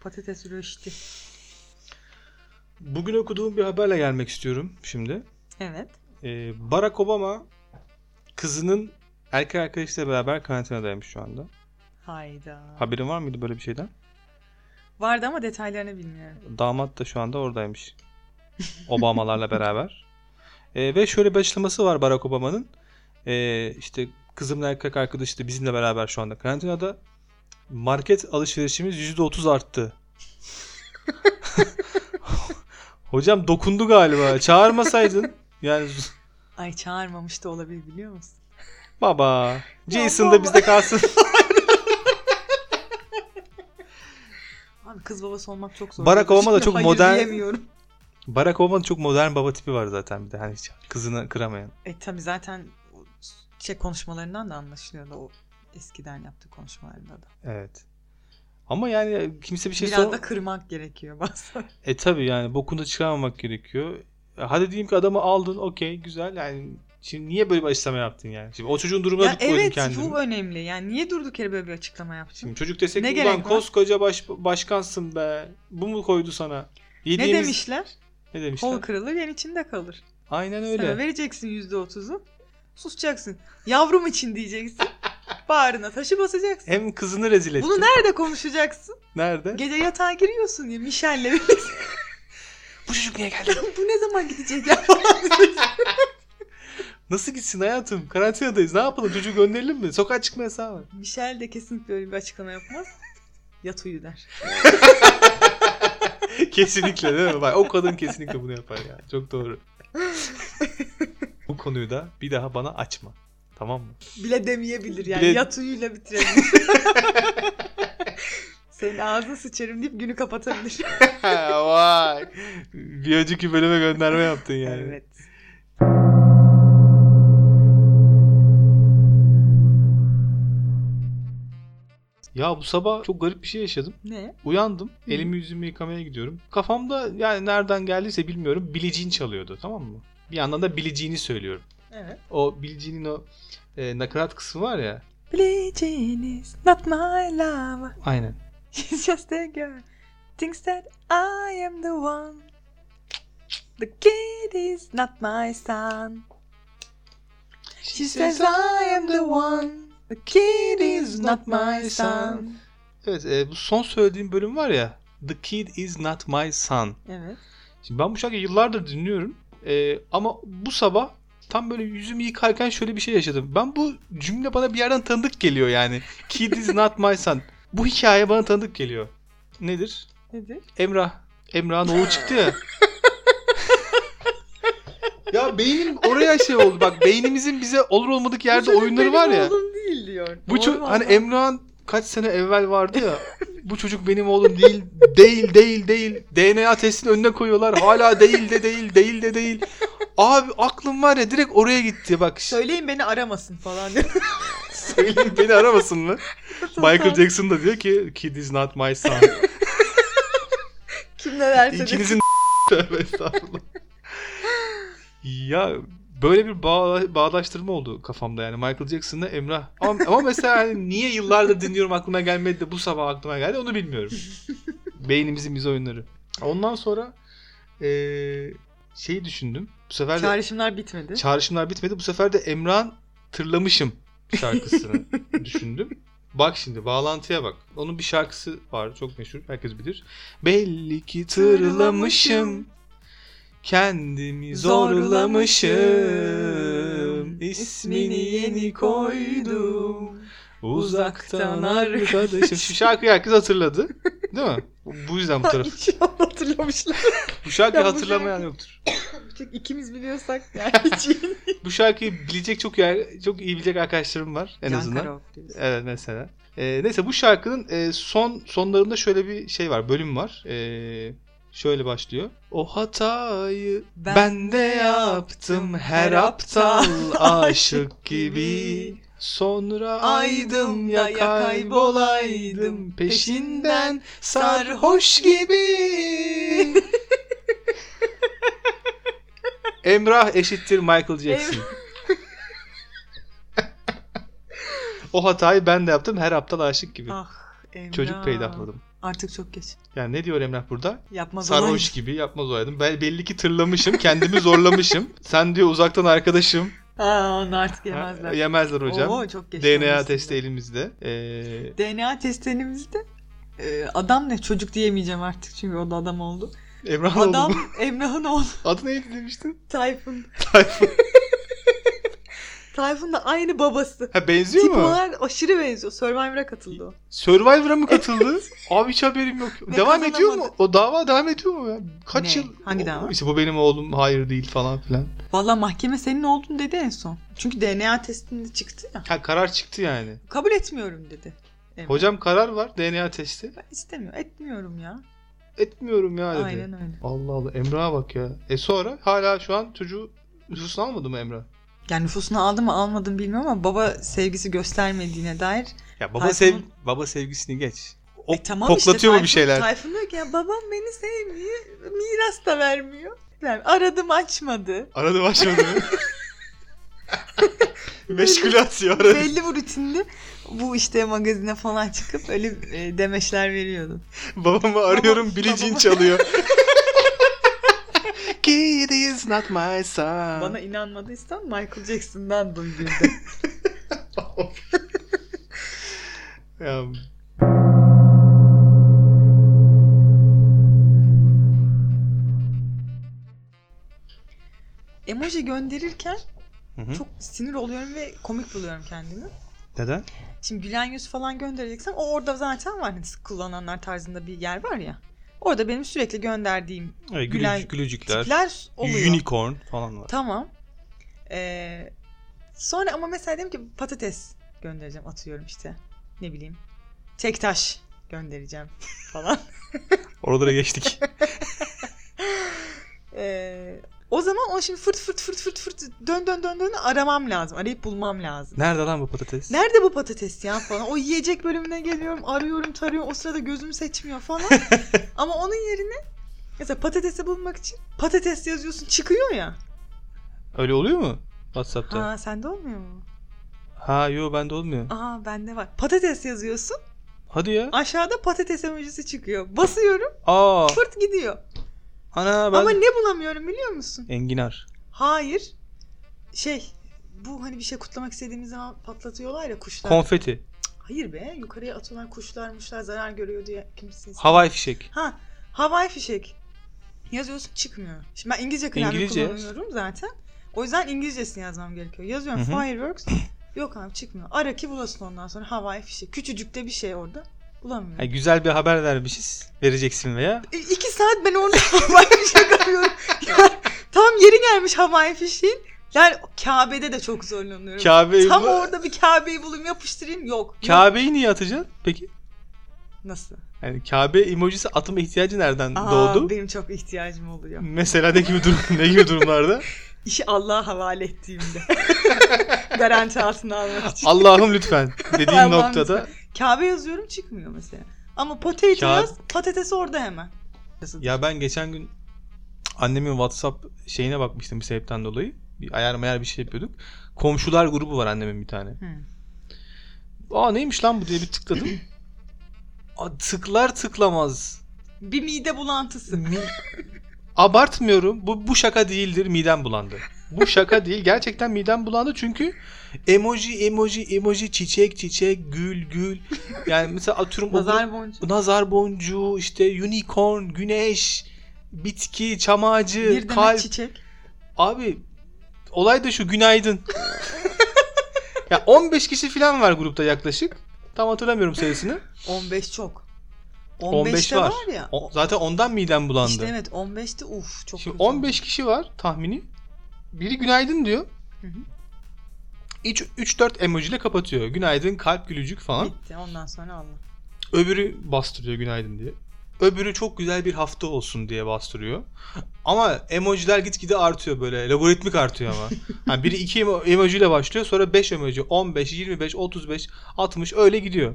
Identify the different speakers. Speaker 1: patates röşti.
Speaker 2: Bugün okuduğum bir haberle gelmek istiyorum şimdi.
Speaker 1: Evet.
Speaker 2: Ee, Barack Obama kızının erkek arkadaşıyla beraber karantinadaymış şu anda.
Speaker 1: Hayda.
Speaker 2: Haberin var mıydı böyle bir şeyden?
Speaker 1: Vardı ama detaylarını bilmiyorum.
Speaker 2: Damat da şu anda oradaymış. Obamalarla beraber. Ee, ve şöyle bir açıklaması var Barack Obama'nın. Ee, işte kızımla erkek arkadaşı da bizimle beraber şu anda karantinada. Market alışverişimiz %30 arttı. Hocam dokundu galiba. Çağırmasaydın. Yani
Speaker 1: Ay çağırmamış da olabilir biliyor musun?
Speaker 2: Baba.
Speaker 1: Ya
Speaker 2: Jason da
Speaker 1: baba.
Speaker 2: bizde kalsın.
Speaker 1: Abi kız babası olmak çok zor.
Speaker 2: Barack Obama da
Speaker 1: Şimdi
Speaker 2: çok
Speaker 1: hayır
Speaker 2: modern-
Speaker 1: diyemiyorum.
Speaker 2: Barack Obama'nın çok modern baba tipi var zaten bir de. Hani hiç kızını kıramayan.
Speaker 1: E tabi zaten o şey konuşmalarından da anlaşılıyordu o eskiden yaptığı konuşmalarında da.
Speaker 2: Evet. Ama yani kimse bir şey
Speaker 1: Biraz
Speaker 2: sor...
Speaker 1: da kırmak gerekiyor bazen.
Speaker 2: E tabi yani bokunu da çıkarmamak gerekiyor. E, Hadi diyeyim ki adamı aldın okey güzel yani şimdi niye böyle bir açıklama yaptın yani? Şimdi o çocuğun durumuna
Speaker 1: ya
Speaker 2: bir koydun
Speaker 1: evet
Speaker 2: kendini.
Speaker 1: bu önemli. Yani niye durduk yere böyle bir açıklama yaptın?
Speaker 2: Şimdi çocuk desek
Speaker 1: Ne
Speaker 2: ki
Speaker 1: gerek
Speaker 2: ulan
Speaker 1: var?"
Speaker 2: koskoca baş, başkansın be. Bu mu koydu sana?
Speaker 1: Ne
Speaker 2: Yediğimiz...
Speaker 1: demişler?
Speaker 2: Ne demişler?
Speaker 1: Kol kırılır yen içinde kalır.
Speaker 2: Aynen
Speaker 1: Sana
Speaker 2: öyle.
Speaker 1: vereceksin yüzde otuzu. Susacaksın. Yavrum için diyeceksin. Bağrına taşı basacaksın.
Speaker 2: Hem kızını rezil etti.
Speaker 1: Bunu nerede konuşacaksın?
Speaker 2: Nerede?
Speaker 1: Gece yatağa giriyorsun ya Michelle'le birlikte.
Speaker 2: Bu çocuk niye geldi?
Speaker 1: Bu ne zaman gidecek ya falan diyorsun.
Speaker 2: Nasıl gitsin hayatım? Karantinadayız. Ne yapalım? Çocuğu gönderelim mi? Sokağa çıkma yasağı var.
Speaker 1: Michel de kesinlikle öyle bir açıklama yapmaz. Yat uyu der.
Speaker 2: kesinlikle değil mi? Bak o kadın kesinlikle bunu yapar ya. Çok doğru. Bu konuyu da bir daha bana açma. Tamam mı?
Speaker 1: Bile demeyebilir yani.
Speaker 2: Bile-
Speaker 1: Yat uyuyla bitirelim. Senin ağzını sıçarım deyip günü kapatabilir.
Speaker 2: Vay. Bir önceki bölüme gönderme yaptın yani.
Speaker 1: evet.
Speaker 2: Ya bu sabah çok garip bir şey yaşadım.
Speaker 1: Ne?
Speaker 2: Uyandım.
Speaker 1: Hı.
Speaker 2: Elimi yüzümü yıkamaya gidiyorum. Kafamda yani nereden geldiyse bilmiyorum. Billie Jean çalıyordu tamam mı? Bir yandan da Billie Jean'i söylüyorum.
Speaker 1: Evet.
Speaker 2: O Billie Jean'in o e, nakarat kısmı var ya.
Speaker 1: Bileceğiniz not my love.
Speaker 2: Aynen.
Speaker 1: She's just a girl. Thinks that I am the one. The kid is not my son. She says I am the one. The kid is not my son.
Speaker 2: Evet e, bu son söylediğim bölüm var ya. The kid is not my son.
Speaker 1: Evet.
Speaker 2: Şimdi ben bu şarkıyı yıllardır dinliyorum. E, ama bu sabah tam böyle yüzümü yıkarken şöyle bir şey yaşadım. Ben bu cümle bana bir yerden tanıdık geliyor yani. Kid is not my son. Bu hikaye bana tanıdık geliyor. Nedir?
Speaker 1: Nedir?
Speaker 2: Emrah. Emrah'ın oğlu çıktı ya. ya beynim oraya şey oldu. Bak beynimizin bize olur olmadık yerde oyunları var ya.
Speaker 1: Oğlum değil diyor.
Speaker 2: Bu çocuk
Speaker 1: Orman
Speaker 2: hani
Speaker 1: var.
Speaker 2: Emrah'ın kaç sene evvel vardı ya. bu çocuk benim oğlum değil, değil, değil, değil. DNA testinin önüne koyuyorlar. Hala değil de değil, değil de değil. Abi aklım var ya direkt oraya gitti bak. ş-
Speaker 1: Söyleyin beni aramasın falan diyor.
Speaker 2: Söyleyeyim Şey, beni aramasın mı? Michael Jackson da diyor ki kid is not my son.
Speaker 1: Kim ne derse desin.
Speaker 2: İkinizin tövbe estağfurullah. ya böyle bir bağ, bağdaştırma oldu kafamda yani Michael Jackson'la Emrah. Ama, ama mesela hani niye yıllardır dinliyorum aklıma gelmedi de bu sabah aklıma geldi onu bilmiyorum. Beynimizin bize oyunları. Ondan sonra eee şeyi düşündüm. Bu sefer de
Speaker 1: Çağrışımlar bitmedi.
Speaker 2: çağrışımlar bitmedi. Bu sefer de Emrah'ın Tırlamışım şarkısını düşündüm. Bak şimdi bağlantıya bak. Onun bir şarkısı var çok meşhur herkes bilir. Belli ki tırlamışım. Kendimi zorlamışım. İsmini yeni koydum. Uzaktan arkadaşım. Şu şarkıyı herkes hatırladı. Değil mi? Bu yüzden bu taraf.
Speaker 1: Hiç hatırlamışlar.
Speaker 2: Bu şarkıyı
Speaker 1: Ya bu
Speaker 2: hatırlamayan
Speaker 1: şarkı-
Speaker 2: yoktur.
Speaker 1: İkimiz biliyorsak yani hiç iyi.
Speaker 2: Bu şarkıyı bilecek çok yer, çok iyi bilecek arkadaşlarım var en
Speaker 1: Can
Speaker 2: azından.
Speaker 1: Karaoke.
Speaker 2: Evet mesela. Ee, neyse bu şarkının e, son sonlarında şöyle bir şey var, bölüm var. Ee, şöyle başlıyor. O hatayı ben,
Speaker 1: Ben
Speaker 2: de yaptım her aptal aşık gibi. Sonra aydım ya kaybolaydım peşinden sarhoş gibi. Emrah eşittir Michael Jackson. o hatayı ben de yaptım her aptal aşık gibi.
Speaker 1: Ah Emrah.
Speaker 2: Çocuk peydahladım.
Speaker 1: Artık çok geç.
Speaker 2: Yani ne diyor Emrah burada?
Speaker 1: Yapma
Speaker 2: Sarhoş gibi yapmaz olaydım. Bel belli ki tırlamışım, kendimi zorlamışım. Sen diyor uzaktan arkadaşım.
Speaker 1: Aa, onu artık
Speaker 2: Ha,
Speaker 1: yemezler.
Speaker 2: Yemezler hocam.
Speaker 1: Oo, çok geç
Speaker 2: DNA
Speaker 1: olmasın.
Speaker 2: testi elimizde. Ee,
Speaker 1: DNA testlerimizde e, adam ne? Çocuk diyemeyeceğim artık çünkü o da adam oldu.
Speaker 2: Emrah oldu
Speaker 1: Adam
Speaker 2: mu?
Speaker 1: Emrah'ın oğlu
Speaker 2: Adı neydi demiştin?
Speaker 1: Tayfun.
Speaker 2: Tayfun.
Speaker 1: Tayfun da aynı babası.
Speaker 2: Ha benziyor
Speaker 1: Tip
Speaker 2: mu?
Speaker 1: olarak aşırı benziyor. Survivor'a katıldı o.
Speaker 2: Survivor'a mı katıldı? Abi hiç haberim yok.
Speaker 1: Ve
Speaker 2: devam
Speaker 1: kazanamadı.
Speaker 2: ediyor mu? O dava devam ediyor mu ya? Kaç
Speaker 1: Ne?
Speaker 2: yıl?
Speaker 1: Hangi
Speaker 2: O-
Speaker 1: dava?
Speaker 2: İşte bu benim oğlum hayır değil falan filan.
Speaker 1: Valla mahkeme senin oldun dedi en son. Çünkü DNA testinde çıktı ya.
Speaker 2: Ha karar çıktı yani.
Speaker 1: Kabul etmiyorum dedi. Emrah.
Speaker 2: Hocam karar var DNA testi.
Speaker 1: Ben istemiyorum. Etmiyorum ya.
Speaker 2: Etmiyorum ya dedi.
Speaker 1: Aynen öyle.
Speaker 2: Allah Allah Emrah'a bak ya. E sonra hala şu an çocuğu nüfusunu almadı mı Emrah?
Speaker 1: Yani nüfusunu aldı mı almadı mı bilmiyorum ama baba sevgisi göstermediğine dair.
Speaker 2: Ya
Speaker 1: baba sev-
Speaker 2: baba sevgisini geç. O
Speaker 1: E tamam işte
Speaker 2: koklatıyor mu
Speaker 1: Tayfun,
Speaker 2: bir şeyler?
Speaker 1: Tayfun diyor ki ya babam beni sevmiyor. Miras da vermiyor. Yani aradım açmadı.
Speaker 2: Aradı başladı. Meşgule atıyor aradı.
Speaker 1: Belli bu rutinde bu işte magazine falan çıkıp öyle e, demeçler veriyordu.
Speaker 2: Babamı arıyorum
Speaker 1: Baba-
Speaker 2: Billie Jean
Speaker 1: babama-
Speaker 2: çalıyor. Kid is not my son.
Speaker 1: Bana inanmadıysan Michael Jackson'dan duy bir de.
Speaker 2: Ya,
Speaker 1: Emoji gönderirken
Speaker 2: Hı hı.
Speaker 1: çok sinir oluyorum ve komik buluyorum kendimi.
Speaker 2: Neden?
Speaker 1: Şimdi gülen yüz falan göndereceksen o orada zaten var. Hani sık kullananlar tarzında bir yer var ya. Orada benim sürekli gönderdiğim
Speaker 2: Evet,
Speaker 1: Gülen
Speaker 2: gülücük, gülücükler,
Speaker 1: tipler oluyor.
Speaker 2: unicorn falan var.
Speaker 1: Tamam. Ee, sonra ama mesela diyelim ki patates göndereceğim atıyorum işte. Ne bileyim. Çektaş göndereceğim falan.
Speaker 2: Oralara geçtik.
Speaker 1: Ee, o zaman o şimdi fırt fırt fırt fırt fırt dön dön dön dön aramam lazım. Arayıp bulmam lazım.
Speaker 2: Nerede lan bu patates?
Speaker 1: Nerede bu patates ya falan. O yiyecek bölümüne geliyorum, arıyorum, tarıyorum. O sırada gözüm seçmiyor falan. Ama onun yerine mesela patatesi bulmak için patates yazıyorsun çıkıyor ya.
Speaker 2: Öyle oluyor mu? Whatsapp'ta. Ha,
Speaker 1: Ha sende olmuyor mu?
Speaker 2: yo bende olmuyor.
Speaker 1: Aa bende var. Patates yazıyorsun.
Speaker 2: Hadi ya.
Speaker 1: Aşağıda patates emojisi çıkıyor. Basıyorum
Speaker 2: Aa.
Speaker 1: fırt gidiyor.
Speaker 2: Ana ben
Speaker 1: Ama ne bulamıyorum biliyor musun?
Speaker 2: enginar.
Speaker 1: Hayır. Şey bu hani bir şey kutlamak istediğimiz zaman patlatıyorlar ya kuşlar.
Speaker 2: Konfeti.
Speaker 1: Hayır be yukarıya atılan kuşlar muşlar zarar görüyor diye kimse
Speaker 2: Havai fişek.
Speaker 1: Ha, havai fişek. Yazıyorsun çıkmıyor. Şimdi ben İngilizce klavye
Speaker 2: İngilizce.
Speaker 1: kullanıyorum zaten. O yüzden İngilizcesini yazmam gerekiyor. Yazıyorum
Speaker 2: Hı hı.
Speaker 1: fireworks. Yok abi çıkmıyor. Ara ki bulasın ondan sonra havai fişek. Küçücükte bir şey orada. Bulamıyorum.
Speaker 2: Ha, güzel bir haber vermişiz. Vereceksin veya.
Speaker 1: E, iki saat ben orada havai fişek arıyorum. Yani tam yeri gelmiş havai fişeğin. Yani Kabe'de de çok zorlanıyorum.
Speaker 2: Kabe'yi
Speaker 1: Tam
Speaker 2: bu-
Speaker 1: orada bir Kabe'yi bulayım yapıştırayım. Yok. yok.
Speaker 2: Kabe'yi niye atacaksın peki?
Speaker 1: Nasıl?
Speaker 2: Yani Kabe emojisi atma ihtiyacı nereden
Speaker 1: Aa,
Speaker 2: doğdu?
Speaker 1: Benim çok ihtiyacım oluyor.
Speaker 2: Mesela ne gibi, durum, ne gibi durumlarda?
Speaker 1: İşi Allah'a havale ettiğimde. Garanti altına almak için.
Speaker 2: Allah'ım lütfen dediğin
Speaker 1: Allah'ım
Speaker 2: noktada.
Speaker 1: Kabe yazıyorum çıkmıyor mesela. Ama potato
Speaker 2: Ka-
Speaker 1: yaz, patates orada hemen.
Speaker 2: Ya ben geçen gün annemin WhatsApp şeyine bakmıştım bir sebepten dolayı. Bir ayar mayar bir şey yapıyorduk. Komşular grubu var annemin bir tane.
Speaker 1: Hı.
Speaker 2: Aa neymiş lan bu diye bir tıkladım. Aa, tıklar tıklamaz.
Speaker 1: Bir mide bulantısı.
Speaker 2: Mi- Abartmıyorum. Bu, bu şaka değildir. Midem bulandı. Bu şaka değil. Gerçekten midem bulandı çünkü emoji emoji emoji çiçek çiçek gül gül. Yani mesela atıyorum o
Speaker 1: Pazar boncuğu.
Speaker 2: nazar boncuğu, işte unicorn, güneş, bitki, çam ağacı,
Speaker 1: Bir demet
Speaker 2: kalp.
Speaker 1: çiçek.
Speaker 2: Abi olay da şu günaydın. ya 15 kişi falan var grupta yaklaşık. Tam hatırlamıyorum sayısını.
Speaker 1: 15 çok.
Speaker 2: 15
Speaker 1: 15'te var.
Speaker 2: var.
Speaker 1: ya.
Speaker 2: O- zaten ondan midem bulandı.
Speaker 1: İşte evet 15'te uf çok
Speaker 2: Şimdi
Speaker 1: kötü oldu.
Speaker 2: 15 kişi var tahmini. Biri günaydın diyor.
Speaker 1: Hı hı.
Speaker 2: İç 3-4 emoji ile kapatıyor. Günaydın, kalp gülücük falan.
Speaker 1: Bitti ondan sonra Allah.
Speaker 2: Öbürü bastırıyor günaydın diye. Öbürü çok güzel bir hafta olsun diye bastırıyor. Ama emojiler gitgide artıyor böyle. Logaritmik artıyor ama. Yani biri 2 emoji ile başlıyor. Sonra 5 emoji. 15, 25, 35, 60 öyle gidiyor.